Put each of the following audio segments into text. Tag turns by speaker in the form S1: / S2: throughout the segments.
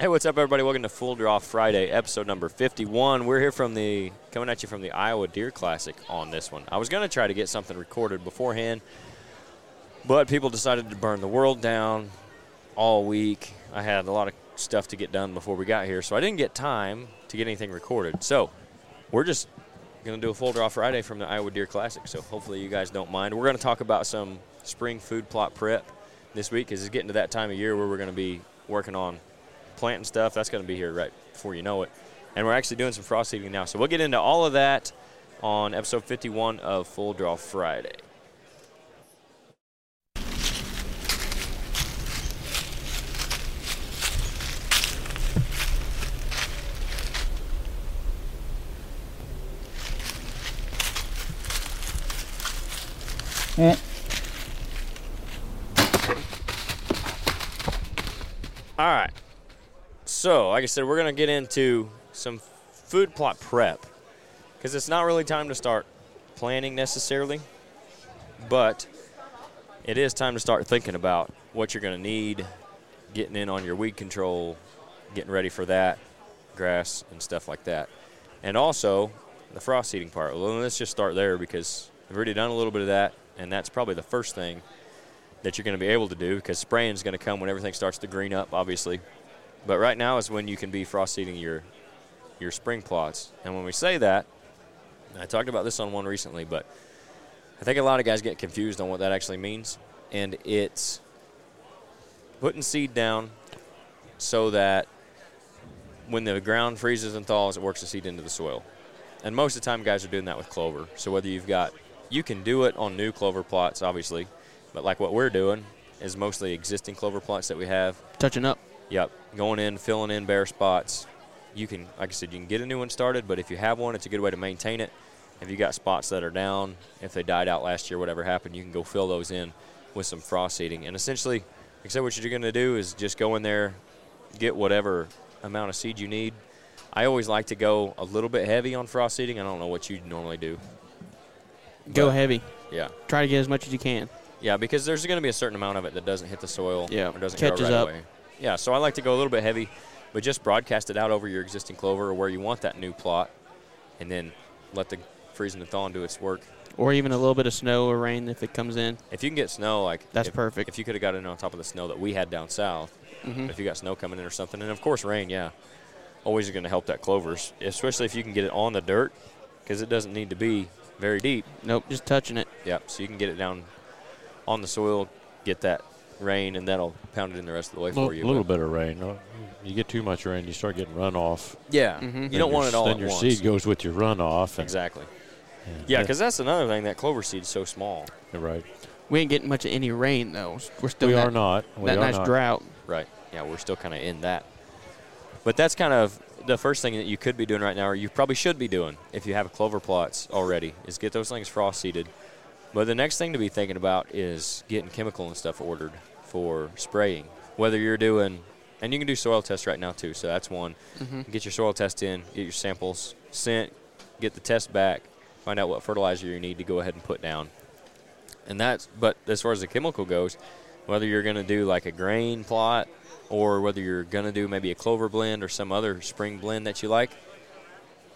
S1: Hey, what's up, everybody? Welcome to Full Draw Friday, episode number 51. We're here from the coming at you from the Iowa Deer Classic on this one. I was going to try to get something recorded beforehand, but people decided to burn the world down all week. I had a lot of stuff to get done before we got here, so I didn't get time to get anything recorded. So we're just going to do a Full Draw Friday from the Iowa Deer Classic. So hopefully you guys don't mind. We're going to talk about some spring food plot prep this week because it's getting to that time of year where we're going to be working on planting stuff. That's going to be here right before you know it. And we're actually doing some frost seeding now. So we'll get into all of that on episode 51 of Full Draw Friday. All right. So, like I said, we're going to get into some food plot prep because it's not really time to start planning necessarily, but it is time to start thinking about what you're going to need, getting in on your weed control, getting ready for that, grass and stuff like that. And also the frost seeding part. Well, let's just start there because we've already done a little bit of that, and that's probably the first thing that you're going to be able to do because spraying is going to come when everything starts to green up, obviously. But right now is when you can be frost seeding your your spring plots. And when we say that, and I talked about this on one recently, but I think a lot of guys get confused on what that actually means. And it's putting seed down so that when the ground freezes and thaws, it works the seed into the soil. And most of the time, guys are doing that with clover. So whether you've got, you can do it on new clover plots, obviously, but like what we're doing is mostly existing clover plots that we have.
S2: touching up.
S1: Yep, going in, filling in bare spots. You can, like I said, you can get a new one started, but if you have one, it's a good way to maintain it. If you got spots that are down, if they died out last year, whatever happened, you can go fill those in with some frost seeding. And essentially, like I said, what you're going to do is just go in there, get whatever amount of seed you need. I always like to go a little bit heavy on frost seeding. I don't know what you normally do.
S2: Go
S1: But-
S2: heavy.
S1: Yeah.
S2: Try to get as much as you can.
S1: Yeah, because there's going to be a certain amount of it that doesn't hit the soil
S2: Yeah,
S1: or doesn't
S2: catches
S1: grow right
S2: up.
S1: away. Yeah, so I like to go a little bit heavy, but just broadcast it out over your existing clover or where you want that new plot, and then let the freezing and thawing do its work.
S2: Or even a little bit of snow or rain if it comes in.
S1: If you can get snow, like
S2: That's
S1: if-
S2: perfect.
S1: If you could have got in on top of the snow that we had down south,
S2: Mhm.
S1: if you got snow coming in or something, and of course rain, yeah, always going to help that clovers, especially if you can get it on the dirt, because it doesn't need to be very deep.
S2: Nope, just touching it.
S1: Yep. So you can get it down on the soil, get that rain, and that'll pound it in the rest of the way
S3: little,
S1: for you.
S3: little bit of rain. Uh, You get too much rain, you start getting runoff.
S1: Yeah. You
S3: Then
S1: don't
S3: your-
S1: want it all
S3: Then
S1: at
S3: your
S1: once.
S3: seed goes with your runoff. and-
S1: exactly. Yeah, because that's another thing. That clover seed's so small.
S3: You're right.
S2: We ain't getting much of any rain though. We're still
S3: we
S2: in that,
S3: are not. We
S2: that
S3: are
S2: nice
S3: not.
S2: drought.
S1: Right. Yeah, we're still kind of in that. But that's kind of the first thing that you could be doing right now, or you probably should be doing if you have clover plots already, is get those things frost seeded. But the next thing to be thinking about is getting chemical and stuff ordered for spraying. Whether you're doing, and you can do soil tests right now too, so that's one. Get your soil test in, get your samples sent, get the test back, find out what fertilizer you need to go ahead and put down. And that's, but as far as the chemical goes, whether you're going to do like a grain plot or whether you're going to do maybe a clover blend or some other spring blend that you like,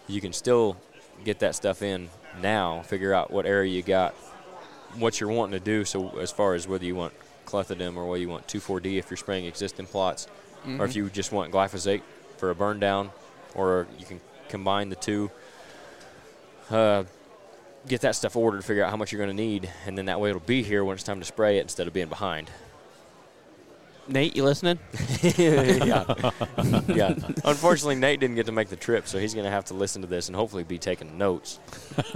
S1: you can still get that stuff in now, figure out what area you got, what you're wanting to do. So, as far as whether you want clethodim or whether you want 2,4 D if you're spraying existing plots, or if you just want glyphosate for a burn down, or you can combine the two. Uh, get that stuff ordered, figure out how much you're going to need, and then that way it'll be here when it's time to spray it instead of being behind.
S2: Nate, you listening?
S1: yeah. yeah. Unfortunately, Nate didn't get to make the trip, so he's going to have to listen to this and hopefully be taking notes.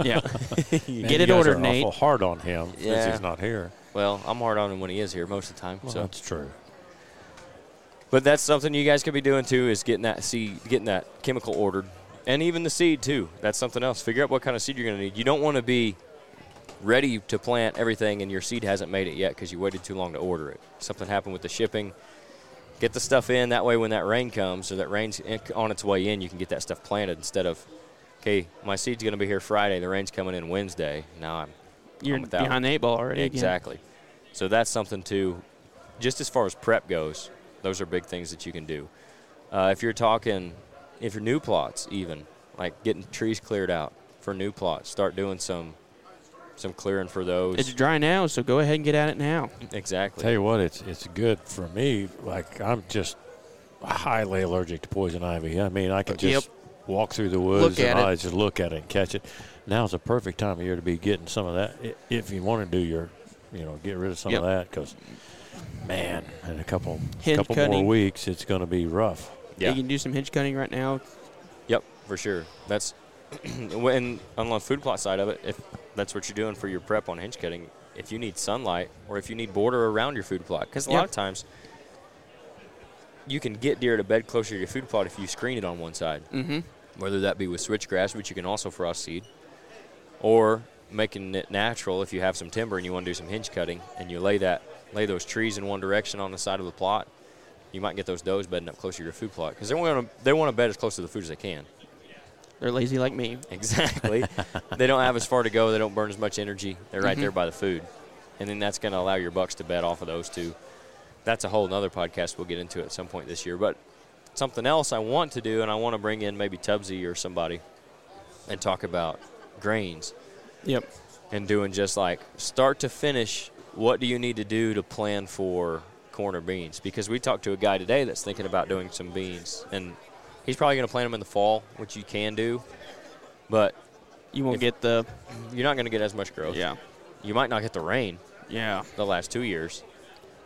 S2: yeah.
S3: Man,
S2: Get
S3: you
S2: it
S3: guys
S2: ordered,
S3: are
S2: Nate.
S3: Awful hard on him since
S1: Yeah.
S3: he's not here.
S1: Well, I'm hard on him when he is here most of the time.
S3: Well,
S1: so,
S3: that's true.
S1: but that's something you guys could be doing too is getting that seed, getting that chemical ordered, and even the seed too. That's something else. Figure out what kind of seed you're going to need. You don't want to be ready to plant everything and your seed hasn't made it yet because you waited too long to order it. Something happened with the shipping. Get the stuff in that way when that rain comes or that rain's in, on its way in, you can get that stuff planted instead of, okay, my seed's going to be here Friday. The rain's coming in Wednesday. Now I'm
S2: You're
S1: I'm without-
S2: behind the eight ball already. again.
S1: Exactly. So that's something to, just as far as prep goes, those are big things that you can do. Uh, if you're talking, if you're new plots, even like getting trees cleared out for new plots, start doing some some clearing for those.
S2: It's dry now, so go ahead and get at it now.
S1: exactly.
S3: Tell you what, it's it's good for me. Like I'm just highly allergic to poison ivy. I mean, I can just walk throrough the woods
S2: Look
S3: and
S2: at
S3: I just look at it and catch it. Now's the perfect time of year to be getting some of that i- if you want to do your, you know, get rid of some
S2: Yep.
S3: of that because, man, in a couple
S2: Hinge
S3: couple more
S2: cutting.
S3: weeks, it's going to be rough.
S1: yeah.
S2: You can do some hinge cutting right now.
S1: Yep, for sure. That's when on the food plot side of it, if that's what you're doing for your prep on hinge cutting, if you need sunlight or if you need border around your food plot, because a lot
S2: Yep.
S1: of times you can get deer to bed closer to your food plot if you screen it on one side,
S2: Mm-hmm.
S1: whether that be with switchgrass, which you can also frost seed, or making it natural if you have some timber and you want to do some hinge cutting and you lay that lay those trees in one direction on the side of the plot. You might get those does bedding up closer to your food plot because they want to they want to bed as close to the food as they can.
S2: They're lazy like me.
S1: Exactly. they don't have as far to go. They don't burn as much energy. They're right there by the food. And then that's going to allow your bucks to bet off of those two. That's a whole nother podcast we'll get into at some point this year. But something else I want to do, and I want to bring in maybe Tubbsy or somebody and talk about grains
S2: Yep.
S1: and doing just like start to finish what do you need to do to plan for corn or beans because we talked to a guy today that's thinking about doing some beans and he's probably going to plant them in the fall which you can do but
S2: You won't
S1: If-
S2: get the.
S1: you're not going to get as much growth
S2: Yeah.
S1: you might not get the rain
S2: Yeah.
S1: the last two years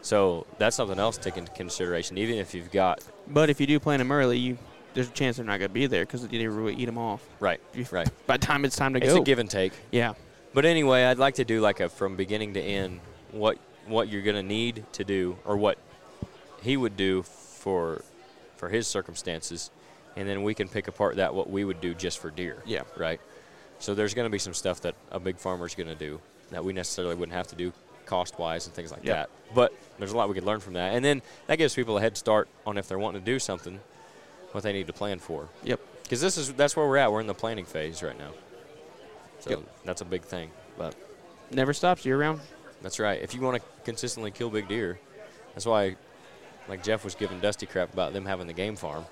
S1: so that's something else to take into consideration even if you've got
S2: But if you do plant them early, you there's a chance they're not going to be there because they really eat them off.
S1: right
S2: You-
S1: right
S2: By the time it's time to
S1: it's
S2: go.
S1: a give and take
S2: yeah.
S1: But anyway, I'd like to do like a from beginning to end what what you're gonna need to do or what he would do for for his circumstances, and then we can pick apart that what we would do just for deer.
S2: Yeah.
S1: Right. So there's gonna be some stuff that a big farmer's gonna do that we necessarily wouldn't have to do cost wise and things like
S2: Yep.
S1: that. But there's a lot we could learn from that, and then that gives people a head start on if they're wanting to do something, what they need to plan for.
S2: Yep.
S1: Because this is that's where we're at. We're in the planning phase right now. So
S2: Yep.
S1: that's a big thing. But
S2: Never stops year round.
S1: that's right. If you want to consistently kill big deer, that's why, like Jeff was giving Dusty crap about them having the game farm.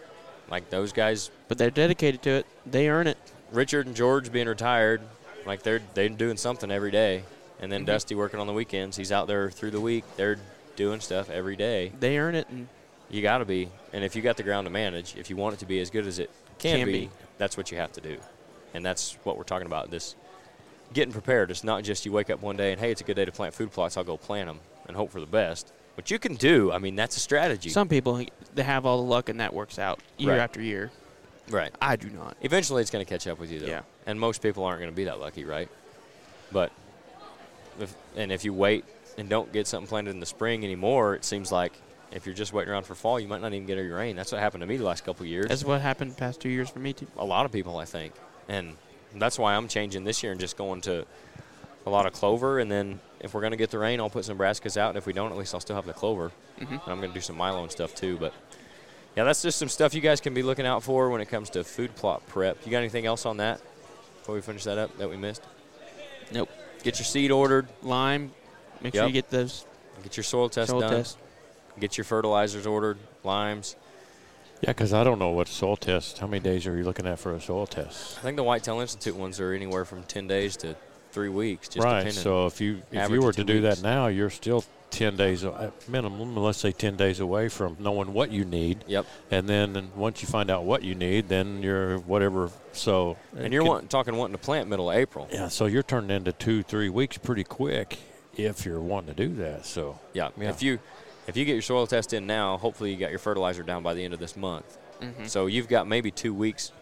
S1: Like those guys,
S2: But they're dedicated to it. They earn it.
S1: Richard and George being retired, like they're they're doing something every day. And then Dusty working on the weekends. He's out there through the week. They're doing stuff every day.
S2: They earn it. And
S1: You got to be. And if you got the ground to manage, if you want it to be as good as it can,
S2: Can
S1: be,
S2: be.
S1: that's what you have to do. And that's what we're talking about this getting prepared. It's not just you wake up one day and, hey, it's a good day to plant food plots. I'll go plant them and hope for the best. Which you can do. I mean, that's a strategy.
S2: some people they have all the luck and that works out year
S1: Right.
S2: after year.
S1: right.
S2: I do not.
S1: Eventually, it's going to catch up with you, though.
S2: Yeah.
S1: And most people aren't going to be that lucky, right? But, if, and if you wait and don't get something planted in the spring anymore, it seems like if you're just waiting around for fall, you might not even get your rain. That's what happened to me the last couple of years.
S2: That's what happened the past two years for me too.
S1: a lot of people, I think, and that's why I'm changing this year and just going to a lot of clover. And then if we're going to get the rain, I'll put some brassicas out, and if we don't, at least I'll still have the clover. And I'm going to do some milo and stuff too. But yeah, that's just some stuff you guys can be looking out for when it comes to food plot prep. You got anything else on that before we finish that up that we missed?
S2: Nope.
S1: Get your seed ordered.
S2: Lime. Make
S1: Yep.
S2: sure you get those
S1: Get your soil test
S2: soil
S1: done.
S2: tests.
S1: Get your fertilizers ordered. Limes.
S3: Yeah, because I don't know what soil test. How many days are you looking at for a soil test?
S1: I think the Whitetail Institute ones are anywhere from ten days to three weeks, just
S3: right.
S1: depending.
S3: So if you if
S1: Average
S3: you were
S1: of
S3: to
S1: two
S3: do
S1: weeks.
S3: that now, you're still ten days a- at minimum, let's say ten days away from knowing what you need.
S1: Yep.
S3: And then once you find out what you need, then you're whatever. So
S1: And you're
S3: could-
S1: wanting, talking wanting to plant middle of April.
S3: yeah. So you're turning into two three weeks pretty quick if you're wanting to do that. So
S1: Yeah.
S3: Yeah.
S1: If you if you get your soil test in now, hopefully you got your fertilizer down by the end of this month.
S3: Mm-hmm.
S1: So you've got maybe two weeks,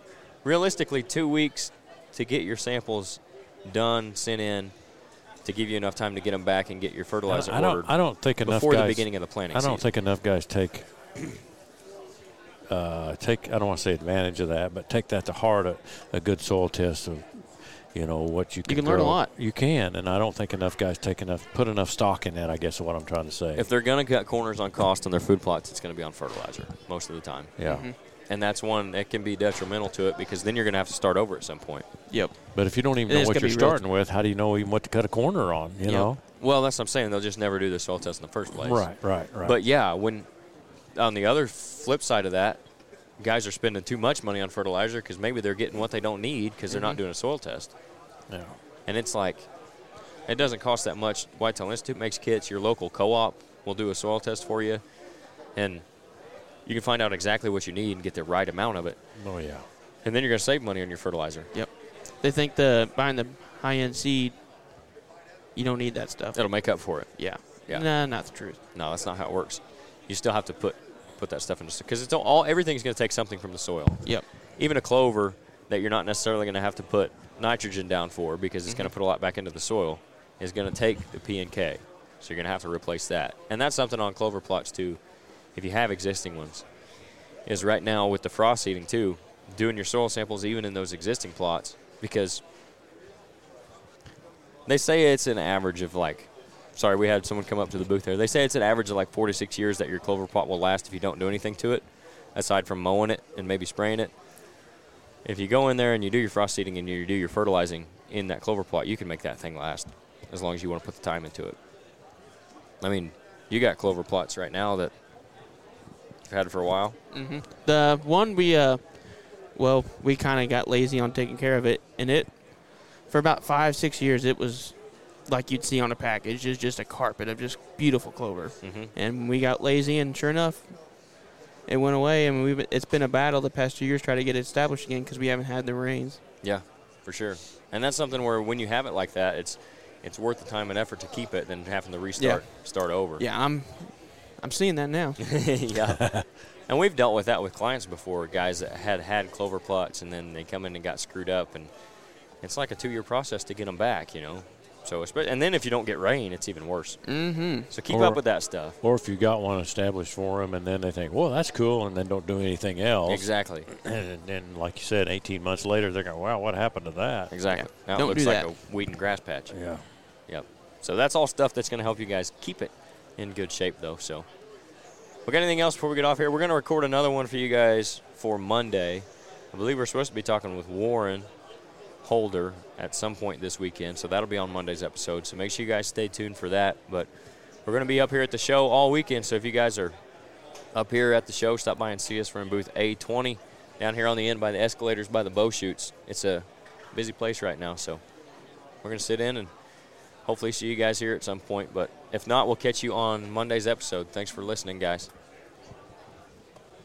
S1: realistically two weeks, to get your samples done, sent in, to give you enough time to get them back and get your fertilizer
S3: I don't
S1: ordered
S3: I don't think enough
S1: before
S3: guys,
S1: the beginning of the planting
S3: I
S1: season.
S3: don't think enough guys take uh, take I don't want to say advantage of that, but take that to heart a, a good soil test of you know what you can
S2: can learn a
S3: grow.
S2: lot.
S3: You can, and I don't think enough guys take enough put enough stock in that. I guess is what I'm trying to say.
S1: if they're gonna cut corners on cost on their food plots, it's gonna be on fertilizer most of the time.
S3: yeah,
S2: Mm-hmm.
S1: And that's one that can be detrimental to it because then you're gonna have to start over at some point.
S2: Yep.
S3: but if you don't even
S2: It
S3: know
S2: is
S3: what
S2: gonna
S3: you're
S2: be real-
S3: starting with, how do you know even what to cut a corner on? You know,
S1: Well, that's what I'm saying. They'll just never do the soil test in the first place.
S3: right, right, right.
S1: But yeah, when on the other flip side of that, guys are spending too much money on fertilizer because maybe they're getting what they don't need because they're not doing a soil test.
S3: Yeah.
S1: And it's like, it doesn't cost that much. Whitetail Institute makes kits. Your local co-op will do a soil test for you, and you can find out exactly what you need and get the right amount of it.
S3: Oh yeah.
S1: And then you're going to save money on your fertilizer.
S2: Yep. They think the buying the high end seed, you don't need that stuff.
S1: It'll make up for it.
S2: yeah.
S1: Yeah.
S2: Nah, not the truth.
S1: No, that's not how it works. You still have to put put that stuff into because it's all- all everything's going to take something from the soil.
S2: Yep.
S1: Even a clover that you're not necessarily going to have to put nitrogen down for because it's going to put a lot back into the soil is going to take the P and K. So you're going to have to replace that. And that's something on clover plots too. If you have existing ones, is right now with the frost seeding too, doing your soil samples even in those existing plots because they say it's an average of like sorry, we had someone come up to the booth there. They say it's an average of like four to six years that your clover plot will last if you don't do anything to it, aside from mowing it and maybe spraying it. If you go in there and you do your frost seeding and you do your fertilizing in that clover plot, you can make that thing last as long as you want to put the time into it. I mean, you got clover plots right now that you've had for a while.
S2: hmm The one we, uh, well, we kind of got lazy on taking care of it, and it, for about five, six years, it was like you'd see on a package, just just a carpet of just beautiful clover.
S1: Mm-hmm.
S2: And we got lazy, and sure enough, it went away. And we've it's been a battle the past two years trying to get it established again because we haven't had the rains.
S1: Yeah, for sure. And that's something where when you have it like that, it's it's worth the time and effort to keep it than having to restart, start over.
S2: Yeah, I'm, I'm seeing that now.
S1: yeah. and we've dealt with that with clients before, guys that had had clover plots and then they come in and got screwed up, and it's like a two-year process to get them back, you know. So, espe- and then if you don't get rain, it's even worse.
S2: mm-hmm.
S1: So keep
S3: Or-
S1: up with that stuff.
S3: Or if you got one established for them, and then they think, "Well, that's cool," and then don't do anything else.
S1: Exactly,
S3: And then, like you said, 18 months later, they're going, "Wow, what happened to that?"
S1: exactly.
S2: Yeah.
S1: Now it
S2: Don't
S1: looks
S2: do
S1: like
S2: that.
S1: a wheat and grass patch.
S3: Yeah.
S1: Yep. So that's all stuff that's going to help you guys keep it in good shape, though. So, we got anything else before we get off here? We're going to record another one for you guys for Monday. I believe we're supposed to be talking with Warren Holder at some point this weekend. So that'll be on Monday's episode. So make sure you guys stay tuned for that. But we're going to be up here at the show all weekend. So if you guys are up here at the show, stop by and see us. We're in booth A20 down here on the end by the escalators by the bow shoots. It's a busy place right now. So we're going to sit in and hopefully see you guys here at some point. But if not, we'll catch you on Monday's episode. Thanks for listening, guys.